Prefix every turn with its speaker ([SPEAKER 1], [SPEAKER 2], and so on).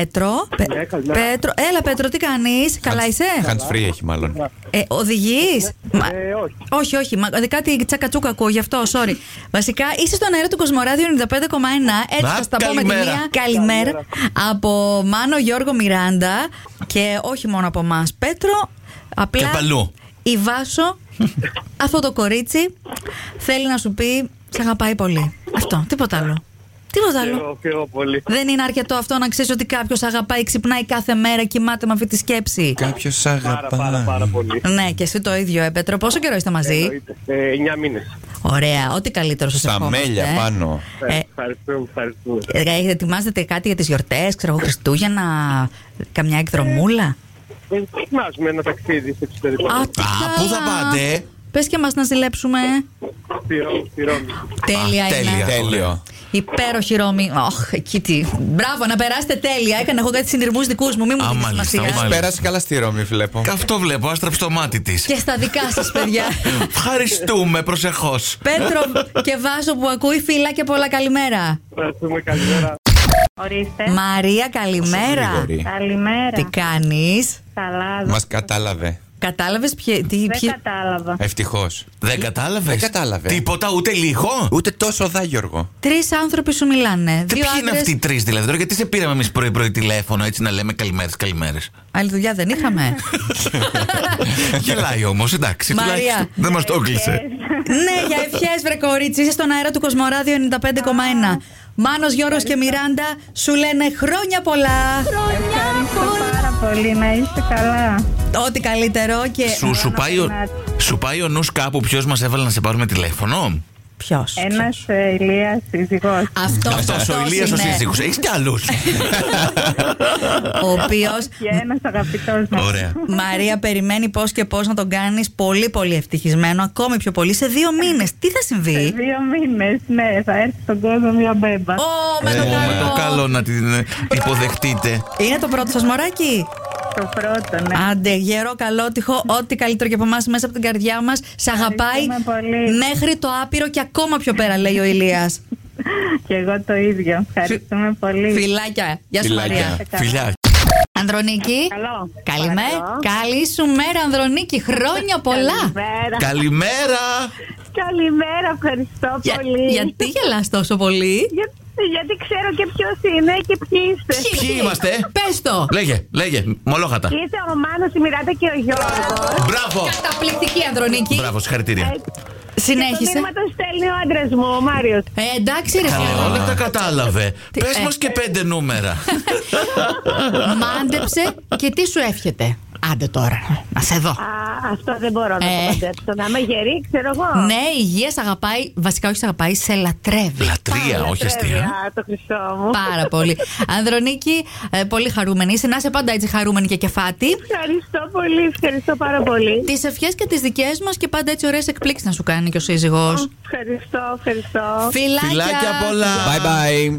[SPEAKER 1] Πέτρο. Πε-
[SPEAKER 2] Ναι, καλημέρα.
[SPEAKER 1] Πέτρο. Έλα, Πέτρο, τι κάνεις. Καλά είσαι.
[SPEAKER 3] Hands free έχει μάλλον.
[SPEAKER 1] Ε, Οδηγείς.
[SPEAKER 2] Ε, όχι.
[SPEAKER 1] Όχι, όχι. Μα, ε, κάτι τσακατσούκα ακούω γι' αυτό, sorry. Βασικά, είσαι στον αέρα του Κοσμοράδιου 95,1. Έτσι
[SPEAKER 3] Να,
[SPEAKER 1] θα στα πω με τη
[SPEAKER 3] καλημέρα.
[SPEAKER 1] μία. Καλημέρα. Από Μάνο Γιώργο Μιράντα και όχι μόνο από εμάς, Πέτρο. Απλά
[SPEAKER 3] Και απ' αλλού.
[SPEAKER 1] η Βάσο, αυτό το κορίτσι, θέλει να σου πει σε αγαπάει πολύ. Αυτό, τίποτα άλλο. Τίποτα άλλο.
[SPEAKER 2] Πιο, πιο πολύ.
[SPEAKER 1] Δεν είναι αρκετό αυτό να ξέρεις ότι κάποιος αγαπάει, ξυπνάει κάθε μέρα, κοιμάται με αυτή τη σκέψη.
[SPEAKER 3] Κάποιος
[SPEAKER 2] Πάρα, πάρα, πάρα
[SPEAKER 3] αγαπάει.
[SPEAKER 2] πολύ.
[SPEAKER 1] Ναι, και εσύ το ίδιο, ε, Πέτρο. Πόσο καιρό είστε μαζί,
[SPEAKER 2] Εννοείται. Ε, 9 μήνες.
[SPEAKER 1] Ωραία, ό,τι καλύτερο σας
[SPEAKER 3] Στα
[SPEAKER 1] ευχόμαστε.
[SPEAKER 3] μέλια
[SPEAKER 1] ε.
[SPEAKER 3] πάνω.
[SPEAKER 1] Ε,
[SPEAKER 2] Ευχαριστούμε, ευχαριστούμε.
[SPEAKER 1] ε, ε, ετοιμάζετε κάτι για τις γιορτές, ξέρω εγώ, Χριστούγεννα, καμιά εκδρομούλα.
[SPEAKER 2] Ε, Ετοιμάζουμε ένα ταξίδι στο εξωτερικό.
[SPEAKER 3] Ε, πού θα πάτε?
[SPEAKER 1] Πες και μας να ζηλέψουμε.
[SPEAKER 2] Στη Ρώμη, στη Ρώμη.
[SPEAKER 1] Τέλεια
[SPEAKER 3] Τέλεια.
[SPEAKER 1] είναι.
[SPEAKER 3] Τέλειο.
[SPEAKER 1] Υπέροχη Ρώμη. Αχ, εκεί τι. Μπράβο, να περάσετε τέλεια. Έκανα εγώ κάτι συνειρμού δικούς μου. Μην μου
[SPEAKER 4] Α,
[SPEAKER 1] δίνετε
[SPEAKER 4] μάλιστα,
[SPEAKER 1] σημασία.
[SPEAKER 4] μάλιστα.
[SPEAKER 3] Πέρασε καλά στη Ρώμη, βλέπω.
[SPEAKER 4] Αυτό βλέπω, άστραψε το μάτι της.
[SPEAKER 1] Και στα δικά σας, παιδιά.
[SPEAKER 4] Ευχαριστούμε, προσεχώς.
[SPEAKER 1] Πέτρο και Βάσο που ακούει, φίλα και πολλά καλημέρα.
[SPEAKER 2] Ευχαριστούμε, καλημέρα.
[SPEAKER 5] Ορίστε.
[SPEAKER 1] Μαρία, καλημέρα.
[SPEAKER 3] Γρήγορη.
[SPEAKER 5] Καλημέρα.
[SPEAKER 1] Τι κάνεις.
[SPEAKER 5] Καλά.
[SPEAKER 3] Μας κατάλαβε.
[SPEAKER 1] Κατάλαβες ποιο.
[SPEAKER 5] Δεν κατάλαβα.
[SPEAKER 3] Ευτυχώς.
[SPEAKER 4] Δεν κατάλαβες.
[SPEAKER 3] Δεν κατάλαβε.
[SPEAKER 4] Τίποτα, ούτε λίγο.
[SPEAKER 3] Ούτε τόσο δά, Γιώργο.
[SPEAKER 1] Τρεις άνθρωποι σου μιλάνε.
[SPEAKER 4] Τι
[SPEAKER 1] Δύο
[SPEAKER 4] ποιοι είναι
[SPEAKER 1] άντρες-
[SPEAKER 4] αυτοί οι τρεις δηλαδή, τώρα, γιατί σε πήραμε εμείς πρωί-πρωί τηλέφωνο έτσι να λέμε καλημέρες, καλημέρες.
[SPEAKER 1] Άλλη δουλειά δεν είχαμε.
[SPEAKER 4] Γελάει όμως, εντάξει.
[SPEAKER 1] Μαρία.
[SPEAKER 4] τουλάχιστον Δεν μας το έκλεισε.
[SPEAKER 1] ναι, για ευχές, βρε κορίτσι. Είσαι στον αέρα του Κοσμοράδιο 95,1. Μάνος, Γιώργος και Μιράντα σου λένε χρόνια πολλά.
[SPEAKER 5] Ευχαριστώ πάρα πολύ. Να είστε καλά.
[SPEAKER 1] Ό,τι καλύτερο και.
[SPEAKER 4] Σου, σου, πάει ο,
[SPEAKER 5] περνάτε.
[SPEAKER 4] σου πάει ο νους κάπου ποιος μας έβαλε να σε πάρουμε τηλέφωνο.
[SPEAKER 1] Ποιος.
[SPEAKER 5] Ένα ηλίας σύζυγος.
[SPEAKER 1] Αυτό
[SPEAKER 4] Αυτός ο Ηλίας ο σύζυγος. Έχεις κι άλλους.
[SPEAKER 1] Ο οποίος
[SPEAKER 5] Και ένας αγαπητός μας.
[SPEAKER 4] Ωραία.
[SPEAKER 1] Μαρία περιμένει πώς και πώς να τον κάνεις πολύ πολύ ευτυχισμένο, ακόμη πιο πολύ, σε δύο μήνες. Τι θα συμβεί,
[SPEAKER 5] Δύο μήνες, ναι, θα έρθει στον κόσμο μια μπέμπα.
[SPEAKER 1] Ω, με το
[SPEAKER 4] Ω, Ε, με το
[SPEAKER 1] καλό.
[SPEAKER 4] καλό να την ε, υποδεχτείτε.
[SPEAKER 1] Είναι το πρώτο σας μωράκι.
[SPEAKER 5] Το πρώτο, ναι.
[SPEAKER 1] Άντε, γερό, καλότυχο, ό,τι καλύτερο και από εμάς μέσα από την καρδιά μας. Σ' αγαπάει
[SPEAKER 5] Ευχαριστούμε πολύ.
[SPEAKER 1] μέχρι το άπειρο και ακόμα πιο πέρα, λέει ο Ηλίας.
[SPEAKER 5] Και εγώ το ίδιο. Ευχαριστούμε πολύ.
[SPEAKER 1] Φιλάκια. Γεια σου,
[SPEAKER 3] Φιλάκια.
[SPEAKER 1] Μαρία.
[SPEAKER 5] Είστε καλά.
[SPEAKER 4] Φιλιά.
[SPEAKER 1] Ανδρονίκη.
[SPEAKER 5] Καλό.
[SPEAKER 1] Καλημέρα.
[SPEAKER 5] Παρακαλώ.
[SPEAKER 1] Καλή σου μέρα, Ανδρονίκη. Χρόνια πολλά.
[SPEAKER 5] Καλημέρα.
[SPEAKER 4] Καλημέρα.
[SPEAKER 5] Καλημέρα, ευχαριστώ
[SPEAKER 1] Για-
[SPEAKER 5] πολύ.
[SPEAKER 1] γιατί γελάς τόσο πολύ.
[SPEAKER 5] Για- γιατί ξέρω και ποιος είναι και ποιοι είστε.
[SPEAKER 4] Ποιοι είμαστε, ε?
[SPEAKER 1] Πες το.
[SPEAKER 4] Λέγε, λέγε, μολόγατα.
[SPEAKER 5] Είστε ο Μάνος, η Μιράτα και ο Γιώργος.
[SPEAKER 4] Μπράβο.
[SPEAKER 1] Καταπληκτική, Ανδρονίκη.
[SPEAKER 4] Μπράβο, συγχαρητήρια.
[SPEAKER 5] Το
[SPEAKER 1] Συνέχισε.
[SPEAKER 5] μήνυμα το στέλνει ο άντρας μου, ο Μάριος.
[SPEAKER 1] Ε, εντάξει, ρε
[SPEAKER 4] Ε,
[SPEAKER 1] φίλε.
[SPEAKER 4] Όλα τα κατάλαβε.
[SPEAKER 1] Τι-
[SPEAKER 4] Πες
[SPEAKER 1] ε.
[SPEAKER 4] μας και πέντε νούμερα.
[SPEAKER 1] Μάντεψε και τι σου εύχεται. Άντε τώρα, να σε δω.
[SPEAKER 5] Α, αυτό δεν μπορώ να το
[SPEAKER 1] Ε.
[SPEAKER 5] παντέψω. Να είμαι γερή, ξέρω εγώ.
[SPEAKER 1] Ναι, η υγεία σε αγαπάει, βασικά όχι σε αγαπάει, σε λατρεύει.
[SPEAKER 4] Λατρεία, όχι αστεία.
[SPEAKER 5] Α, το χρυσό μου.
[SPEAKER 1] Πάρα πολύ. Ανδρονίκη, ε, πολύ χαρούμενη. Είσαι να είσαι πάντα έτσι χαρούμενη και κεφάτη.
[SPEAKER 5] Ευχαριστώ πολύ, ευχαριστώ πάρα πολύ.
[SPEAKER 1] Τις ευχές και τις δικές μας και πάντα έτσι ωραίες εκπλήξεις να σου κάνει και ο σύζυγος.
[SPEAKER 5] Ευχαριστώ, ευχαριστώ.
[SPEAKER 1] Φιλάκια.
[SPEAKER 4] Φιλάκια πολλά.
[SPEAKER 3] Bye bye.